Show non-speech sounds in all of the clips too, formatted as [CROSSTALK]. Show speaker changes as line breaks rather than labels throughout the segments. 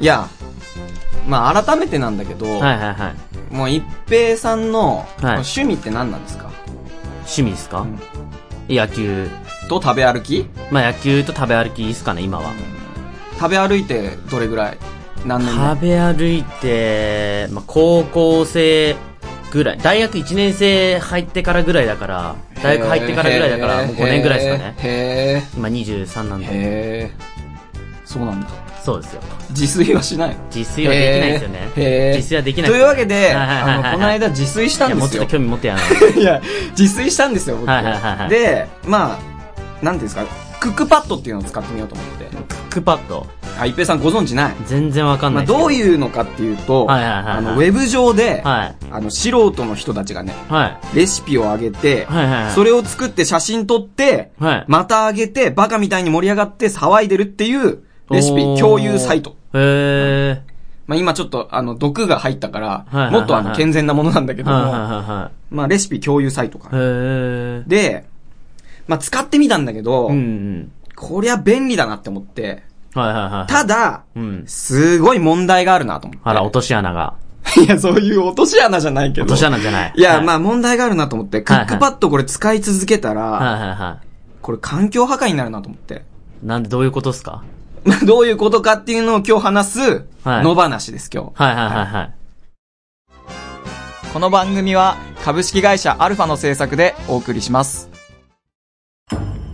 いや、まあ改めてなんだけど、
はいはいはい。
もう一平さんの
い
趣味って何なんですか、
趣味ですか、
ん
野球。
と食べ歩き
まあ野球と食べ歩きですかね、今は。
食べ歩いてどれぐらい何年
食べ歩いて、まあ高校生ぐらい。大学1年生入ってからぐらいだから、大学入ってからぐらいだから、もう5年ぐらいですかね。
へ
今23なん
え
で。
へえそうなんだ
そうですよ。
自炊はしない
自炊はできないですよね。
へー
自炊はできない
と
す
いう
よ
わけで、
はいはいはい
あ
はい
の、この間自炊した
いや、
ん
も
で
う
す
ちょっ
よ
と。興味持ってやな。
[LAUGHS] いや、自炊したんですよ、僕。
はいはいはいはい
で、まあ、なんていうんですか、クックパッドっていうのを使ってみようと思って。
クックパッド。
あ、一平さんご存知ない
全然わかん
ま
な
あ、
いですけ
どういうのかっていうと、
はいはいはいはい
あの、ウェブ上で、
はい。
あの、素人の人たちがね、
は
レシピを上げて、
はいはいはい
それを作って写真撮って、
い。はい。
また上げて、バカみたいに盛り上がって騒いでるっていう、レシピ共有サイト。。
へ
まあ、今ちょっと、あの、毒が入ったから、
いはいはいはい
もっとあの、健全なものなんだけ
ー。
ど
はいはい
も、
は
まあ、レシピ共有サイトか
いはい。
ら。
へー。
で、まあ、使ってみたんだけど、
うんうん。
こりゃ便利だなって思って、
はいはいはい。
ただ、
うん。
すごい問題があるなと思って。
あら、落とし穴が。
いや、そういう落とし穴じゃないけど。
落とし穴じゃない。
いや、ま
あ。
あ問題があるなと思って、ク
はいは
ッ
い
クパッドこれ使い続けたら、
はいはいは
これ環境破壊になるなと思って。 [LAUGHS]
い。なんで、どういうことっすか
まあどういうことかっていうのを今日話す、
はい
の話です今日。
はいはいはいはい。
この番組は株式会社アルファの制作でお送りします。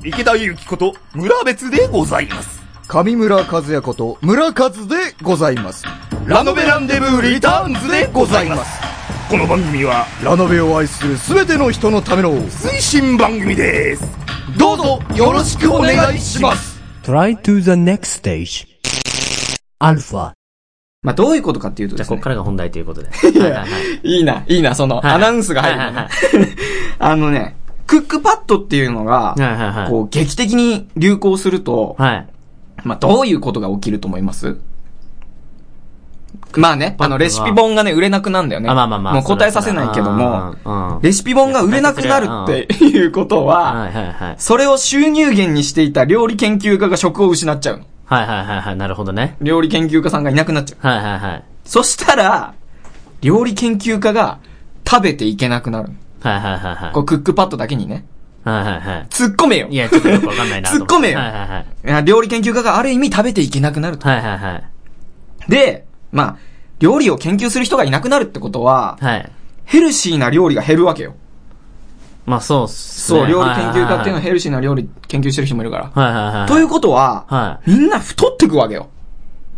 池田ゆきこと、村別でございます。
上村和也こと村和でございます。
ラノベランデブーリターンズでございます。この番組は、
ラノベを愛するすべての人のための
推進番組です。どうぞ、よろしくお願いします。
Try to the next stage. Alpha.
まあどういうことかっていうと
じ
で
ゃあ、
す
こっ
ね
か。らが本題ということで。はいはいはい。
いいな、いいな、その
はい
アナウンスが入るのね
はい
[LAUGHS] あのね、クックパッドっていうのが、
はいはいはい。
こう劇的に流行すると、
はい。
まあ、どういうことが起きると思いますまあね、あの、レシピ本がね、売れなくなんだよね。
あ、まあまあまあ。
もう答えさせないけども、
も
レシピ本が売れなくなるっていうことは、
はいはいはい。
それを収入源にしていた料理研究家が職を失っちゃうの。
はいはいはいはい。なるほどね。
料理研究家さんがいなくなっちゃう。
はいはいはい。
そしたら、料理研究家が食べていけなくなる。
はいはいはいはい。
こう、クックパッドだけにね。
はいはいはい。
突っ込めよ
いや、ちょっとよくわかんないなと思って。
突っ込めよ
はいはいはい。
いや料理研究家がある意味食べていけなくなると。
はいはいはい。
で、まあ、料理を研究する人がいなくなるってことは、
はい。
ヘルシーな料理が減るわけよ。
まあそうっすね。
そう、料理研究家っていうのは
は
ヘルシーな料理研究してる人もいるから。
はいはいはい。
ということは、
は
みんな太ってくわけよ。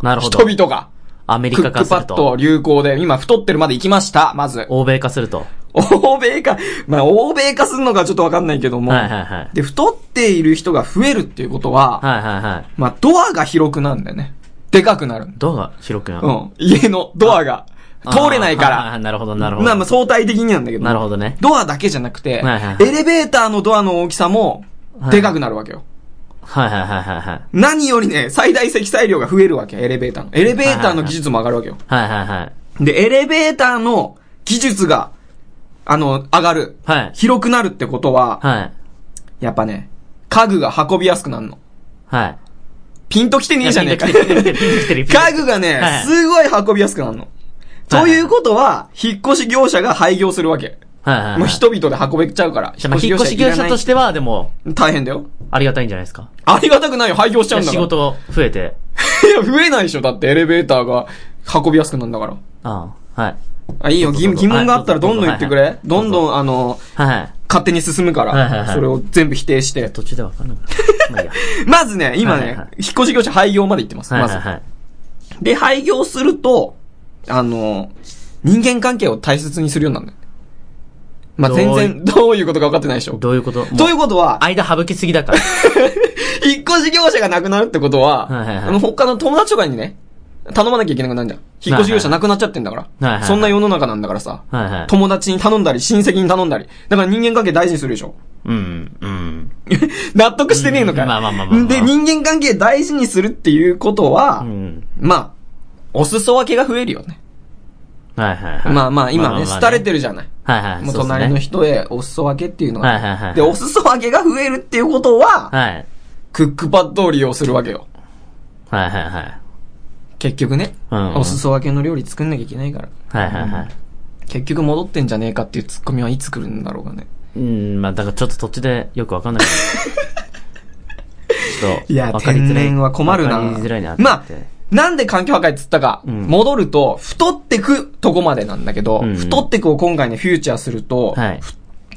い。なるほど。
人々が。
アメリ
ク
カ
ッ
化
ク
す
パ
る
ッド
と。
流行で、今太ってるまで行きました、まず。
欧米化すると。
欧米化、まあ、欧米化するのかちょっとわかんないけども。
はいはいはい。
で、太っている人が増えるっていうことは、
はいはいはい。
まあ、ドアが広くなるんだよね。でかくなる。
ドアが広くなる
う。ん。家のドアが通れないか
あーはいはいはい
ら。
なるほどなるほど。
まあまあ相対的になんだけど。
なるほどね。
ドアだけじゃなくて、
はいはいはい
エレベーターのドアの大きさも、でかくなるわけよ。
はいはいはいはいはい。
何よりね、最大積載量が増えるわけ、エレベーターの。エレベーターの技術も上がるわけよ。
はいはいはい。
で、エレベーターの技術が、あの、上がる。
はい
広くなるってことは、
はい。
やっぱね、家具が運びやすくなるの。
はい。
ピンときてねえじゃねえか。
ピンときてるピンときてるピンときてるピンときて
[LAUGHS]
る
家具がね、
はい
すごい運びやすくなるの。
はい
ということは、引っ越し業者が廃業するわけ。
はいはいはい。
もう人々で運べちゃうから。。
じゃあまあ引っ越し業者としてては、でも、
大変だよ。
ありがたいんじゃないですか。
ありがたくないよ、廃業しちゃうんだ
仕
から。
事増えて。
いや、増えないでしょ。だってエレベーターが運びやすくなるんだから。
ああはい。
あ、いいよ。疑
どうぞ
疑問があったらどんどん言ってく
はい
れ
は。い
どんどん、あの、
はい。
勝手に進むか
はいはいは
ら。
い
それを全部否定して。
途中でわかんなくなる。まあいいや。
まずね、今
はいはいは
ね
い、
引っ越し業者廃業まで行ってます。
はい
[LAUGHS] ま
はい
ず。
はい。
で、廃業すると、あの、人間関係を大切にするようになるんだよ。まあ、
どうい
全然、どういうことか分かってないでしょ。
どういうこと
といううことは、
間省きすぎだ
[LAUGHS]
から。
引っ越し業者がなくなるってことは、
はいはいはい
あの他の友達とかにね、頼まなきゃいけなくなるじゃん。引っ越し業者なくなっちゃってんだから。
いはいはい
そんな世の中なんだからさ、
はいはい
友達に頼んだり、親戚に頼んだり。だから人間関係大事にするでしょ。 [LAUGHS]
うん、うん。
納得してねえのかよ
うんまあまあまあまあまあ
で、人間関係大事にするっていうことは、
うん。
まあ、お裾分けが増えるよね。
はいはいはい。
まあまあ、今ね、廃れ
る。
てるじゃない。
はいはい。
もう
そうっすね
隣の。人へお裾分けっていうの
はいはいはい
が。
はい
で、お裾分けが増えるっていうことは、
はい。
クックパッドを利用するわけよ。
はいはいはい。
結局ね、
うん
お裾分けの料理作んなきゃいけないから。
はいはいはい。
結局戻ってんじゃねえかっていうツッコミはいつ来るんだろうがね。
うん、まあだからちょっと途中でよくわかん
[LAUGHS]
ないけど。ちょっと、
いや
わかりづらい
天然は困るな
わかりづらいなって。
まあなんで環境破壊っつったか、
うん
戻ると、太ってくとこまでなんだけど、
うんうん
太ってくを今回ね、フューチャーすると、
はい。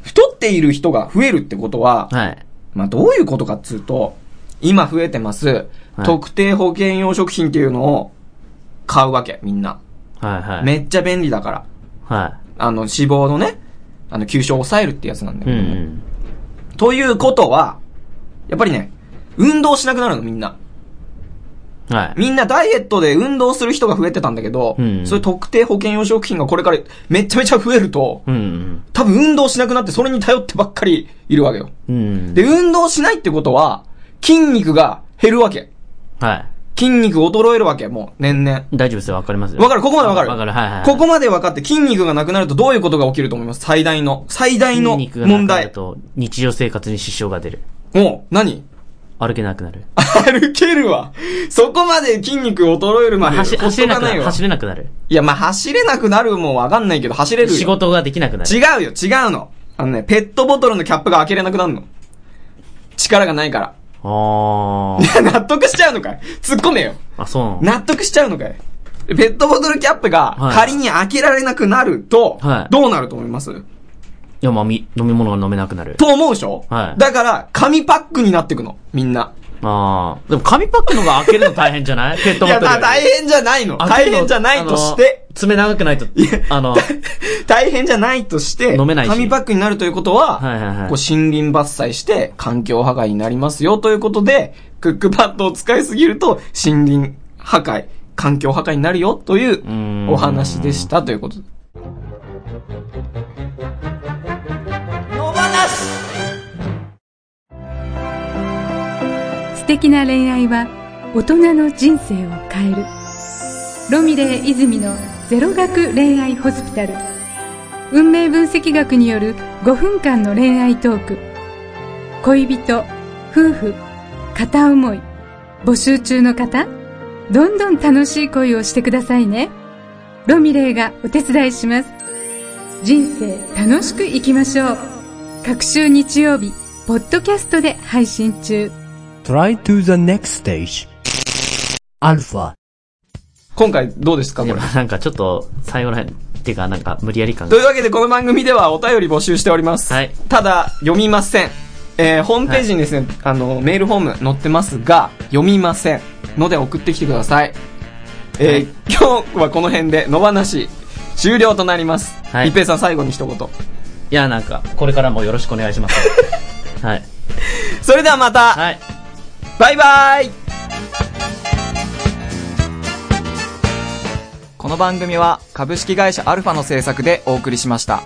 太っている人が増えるってことは、
はい。
まあどういうことかっつうと、今増えてます、
はい
特定保険用食品っていうのを買うわけ、みんな。
はいはい。
めっちゃ便利だから。
は
あの、脂肪のね、あの、吸収を抑えるってやつなんだ
い。う
よ、
んう
ね
ん。
ということは、やっぱりね、運動しなくなるの、みんな。
はい。
みんなダイエットで運動する人が増えてたんだけど、
うん
そういう特定保険用食品がこれからめちゃめちゃ増えると、
うんうん。
多分運動しなくなってそれに頼ってばっかりいるわけよ。
うん。
で、運動しないってことは、筋肉が減るわけ。
は
筋肉衰えるわけ、もう、年々。
い。大丈夫ですよ、わかりますよ。
わかるここまでわかる
わかる、はいはい。
ここまで分かって筋肉がなくなるとどういうことが起きると思います最大の。最大の
筋肉がなく
問
なる
題。
と、日常生活に支障が出る。
もう、何 [LAUGHS]
歩けなくなる。
歩けるわ。そこまで筋肉衰える
ま
ま
あ、
で。
走走れなくな
ほっとかい
る。
わ
走れなくなる。
いや、まあ、走れなくなるもんわかんないけど、走れるよ。
仕事ができなくなる。
違うよ、違うの。あのね、ペットボトルのキャップが開けれなくなるの。力がないから。 [LAUGHS]
あ
いや納得しちゃうのかい突っ込めよ。
あ。あ、そうな
納
の
得しちゃうのかいペットボトルキャップが
はい
仮に開けられなくなると、
はい
どうなると思います、
いや、まあ、み飲み物が飲めなくなる。
と思うでしょ
はい
だから、紙パックになってくの、みんな。
ああ。でも紙パックの方が開けるの大変じ
[LAUGHS]
ゃないペッ
い
トボト
や、
ル。
だ大変じゃないの。
開け
大
るの
変じゃないとして、。
あの爪長くないと、あの、
[LAUGHS] 大変じゃないとして、
飲めないし
紙パックになるということは、
はいはいは
こ
い
う森林伐採して環境破壊になりますよということで、クックパッドを使いすぎると森林破壊、環境破壊になるよとい
ー
うんお話でしたということで。
素敵な恋愛は大人の人生を変えるロミレー泉のゼロ学恋愛ホスピタル運命分析学による5分間の恋愛トーク恋人夫婦片思い募集中の方どんどん楽しい恋をしてくださいねロミレーがお手伝いします人生楽しく生きましょう各週日曜日ポッドキャストで配信中
Try to the next stage. Alpha.
今回どうですかこ
で
れ
も。なんかちょっと、最後らへん、っていうか、なんか無理やり感
と
が。
いうわけでこの番組ではお便り募集しております。
はい
ただ、読みません。えー、ホームページにですね、あの、メールフォーム載ってますが、読みません。ので送ってきてください。えー
はい
今日はこの辺で野放し終了となります。
はい
一平さん最後に一言。
いや、なんか、これからもよろしくお願いします。
[LAUGHS]
はい。
それではまた、
はい。
バイバイこの番組は株式会社アルファの制作でお送りしました。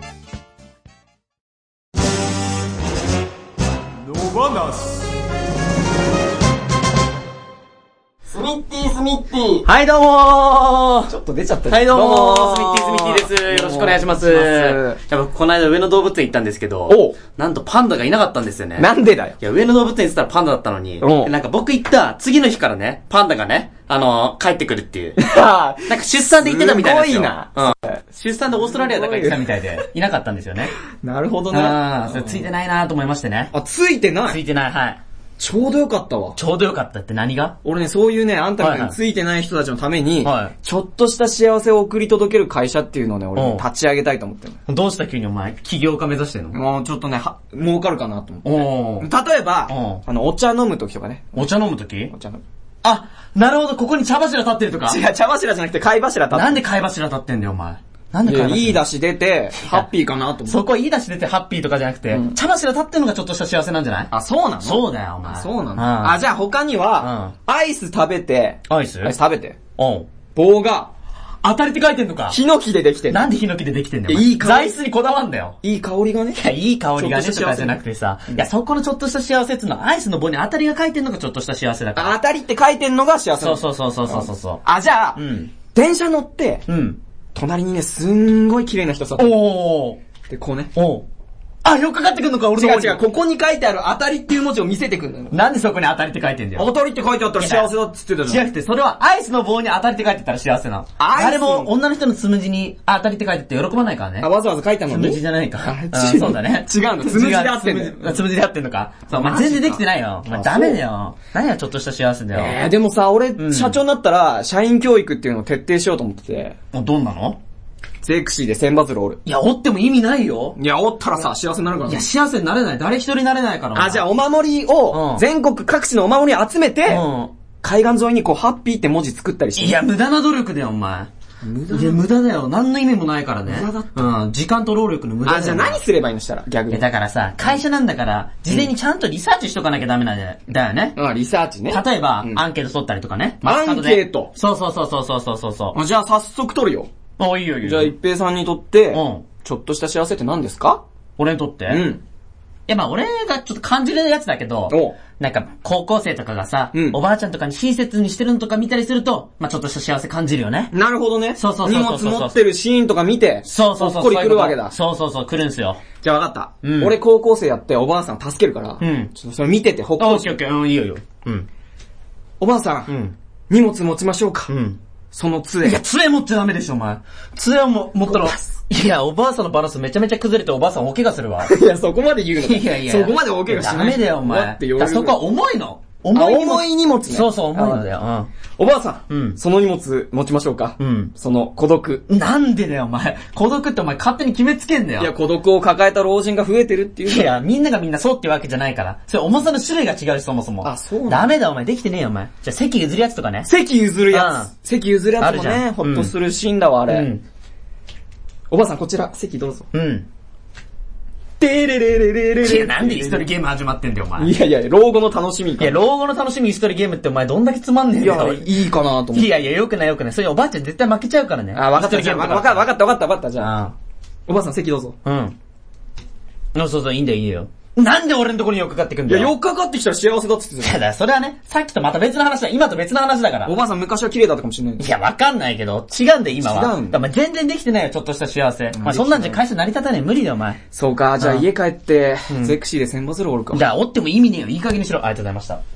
はい、どうもー
ちょっと出ちゃった
はい、どうもースミッティスミッティです。よろしくお願いします。やっぱ、この間上野動物園行ったんですけ
お
ど
う、
なんとパンダがいなかったんですよね。
なんでだ
[LAUGHS]
よ。
いや、上野動物園って言ったらパンダだったのに、
うん
なんか僕行った次の日からね、パンダがね、あのー帰ってくるっていう。
あ
なんか出産で行ってたみたいなんですよ。
すごいな
うん。出産 [LAUGHS] でオーストラリアだから行ってたみたいで、いなかったんですよね。
ーなるほどね。
[LAUGHS] ああ、それついてないなーと思いましてね。
あ、ついてな
つ
い。
いてない、はい。
ちょうどよかったわ。
ちょうどよかったって何が
俺ね、そういうね、あんたみたい
はい
に
はい
ついてない人たちのために、
はい
ちょっとした幸せを送り届ける会社っていうのをね、俺ね
うん
立ち上げたいと思ってる
どうした急にお前、起業家目指してんの
もうちょっとね、は儲かるかなと思って。
おー。
例えば、
う
あの、お茶飲むときとかね。
お茶飲むとき
お茶飲む。
あ、なるほど、ここに茶柱立ってるとか
違う、茶柱じゃなくて貝柱立って
なんで貝柱立ってんだよ、お前。なんで貝
で
柱
いい出汁出て、ハッピーかなと思って。
そこいい出し出てハッピーとかじゃなくて、茶柱立ってるのがちょっとした幸せなんじゃない
あ、そうなの
そうだよ、お前。
そうな
うん
のあ、じゃあ他には、アイス食べて、
アイス
アイス食べて、
おう
棒が、
当たりって書いてんのか
ヒノキでできてる
なんでヒノキでできてんだよ。
いやいい香り
座椅子にこだわんだよ。
いい香りがね。
いや、いい香りが
ちょっ
ね、
とした
と
幸せ
かじゃなくてさ、いや、そこのちょっとした幸せっていうのは、アイスの棒に当たりが書いてんのがちょっとした幸せだから。
当たりって書いてんのが幸せな
そ
の
うそうそうそうそうそう。
あ、じゃあ、
うん
電車乗って、
うん。
隣にね、すんごい綺麗な人さ、
おー。
で、こうね、
おー。あ、よっかかってくんのか、俺
違
の
う違う、ここに書いてある当たりっていう文字を見せてくるのよ。
なんでそこに当たりって書いてんだよ。
当たりって書いてあったら幸せだっつってたじゃ
違
ん。
くて、それはアイスの棒に当たりって書いてたら幸せなの。
アイス
誰も女の人のつむじにあ当たりって書いてて喜ばないからね
あ、。わざわざ書いたの
つむ
に
じじゃないか。
あ
うん
違う
そうだね。
違うんだつむじで合ってんだよ
違うつむじつむじで合ってんのか。そう、まあ、全然できてないよ。まあ、ダメだよ。何や、ちょっとした幸せだよ。
えー、でもさ、俺、
ん
社長になったら、社員教育っていうのを徹底しようと思ってて、
もうどんなの
ゼクシーで千バズルおる。
いや、折っても意味ないよ。
いや、おったらさ、幸せになるから
いや、幸せになれない。誰一人になれないから。
あ、じゃあ、お守りを
う、ん
全国各地のお守りを集めて、
うん。
海岸沿いにこう、ハッピーって文字作ったりして。
いや、無駄な努力だよ、お前。無駄いや、無駄だよ。何の意味もないからね。無駄だった。うん。時間と労力の無駄だよ。
あ、じゃあ何すればいいのしたら、逆
い
に
や、。だからさ、会社なんだから、事前にちゃんとリサーチしとかなきゃダメなんだよだよね。
うん、リサーチね。
例えば、
うん
アンケート取ったりとかね。
アンケート
マスカッでそうそうそうそうそうそうそう。
あじゃあ、早速取るよ。
あ、いいよいいよ。
じゃあ、一平さんにとって、
うん
ちょっとした幸せって何ですか
俺にとって
う
い
ん。
や、まあ俺がちょっと感じるやつだけど
お、
なんか、高校生とかがさ、
うん
おばあちゃんとかに親切にしてるのとか見たりすると、まあちょっとした幸せ感じるよね。
なるほどね。
そうそうそうそうそう
荷物持ってるシーンとか見て、
そうそう
ほ
そう。
っこり来るわけだ。
そういうことそうそうそう、来るんすよ。
じゃあ分かった。
うん
俺高校生やっておばあさん助けるから、
うん
ちょっとそれ見ててほっ
あ、
こ
オ
り
ッケーオッケー、うん、いいよいいよ。うん。
おばあさん、
うん。
荷物持ちましょうか。
うん。
その杖
いや、。杖持っちゃダメでしょ、お前。杖をも持ったら、いや、おばあさんのバランスめちゃめちゃ崩れておばあさん大怪我するわ。
いや、そこまで言うのか
いやいや。
そこまで大怪我しない。
ダメだよ、お前。
だって
だ
余
から
裕
そこは重いの。
あ
重い荷物
重い荷物ね。
そうそう、重いのだよ。
おばあさん、
うん
その荷物持ちましょうか。
うん
その孤独。
うん。なんでだよ、お前。孤独ってお前勝手に決めつけんだよ。
いや、孤独を抱えた老人が増えてるっていう
い
から。
や、みんながみんなそうってわけじゃないから。それ重さの種類が違うし、そもそも。
あそうなんだ
ダメだ、お前。できてねえよ、お前。じゃあ、席譲るやつとかね。
席譲るや
うん
つ。席譲るやつも
あるじ
ね
ゃ、ん
ほっとするシーンだわ、あ
う
れ。
ん。
おばあさん、こちら、席どうぞ。
うん。
てれれれれれ
い
れ。
や、なんで一人ゲーム始まってんだよ、お前。い
いやいや、老後の楽しみか。
や、老後の楽しみ一人ゲームってお前どんだけつまんねえん
い
だよ
や、。いいかなと思っ
い
て。
やいや、よくないよくない。それおばあちゃん絶対負けちゃうからね。
あ、わかった、
一人
じ
ゲ
ゃ
ー
あ
ム
わ
と
かった、わかった、わかった、わかった、じゃあ。
あ
おばあさん、席どうぞ。
あうん。そうそうそう、いいんだよ、いいよ。なんで俺のところによくかかってくん
い
だ
や、
よ。
よっかかってきたら幸せだって言って
い
た
やだ、それはね、さっきとまた別の話だ。今と別の話だから [LAUGHS]
よ。お。ばあさん、昔は綺麗だったかもしれない
い。や、わかんないけど、違うんだよ、今は。
違うんだ
だからお前全然できてないよ、ちょっとした幸せ。まあ、そんなんじゃ会社成り立たねえ、無理だよ、お前。
そうか、じゃあ
うん
家帰って、ゼクシーで千バズルおるか
だ。から、おっても意味ねえよ、いい加減にしろ。ありがとうございました。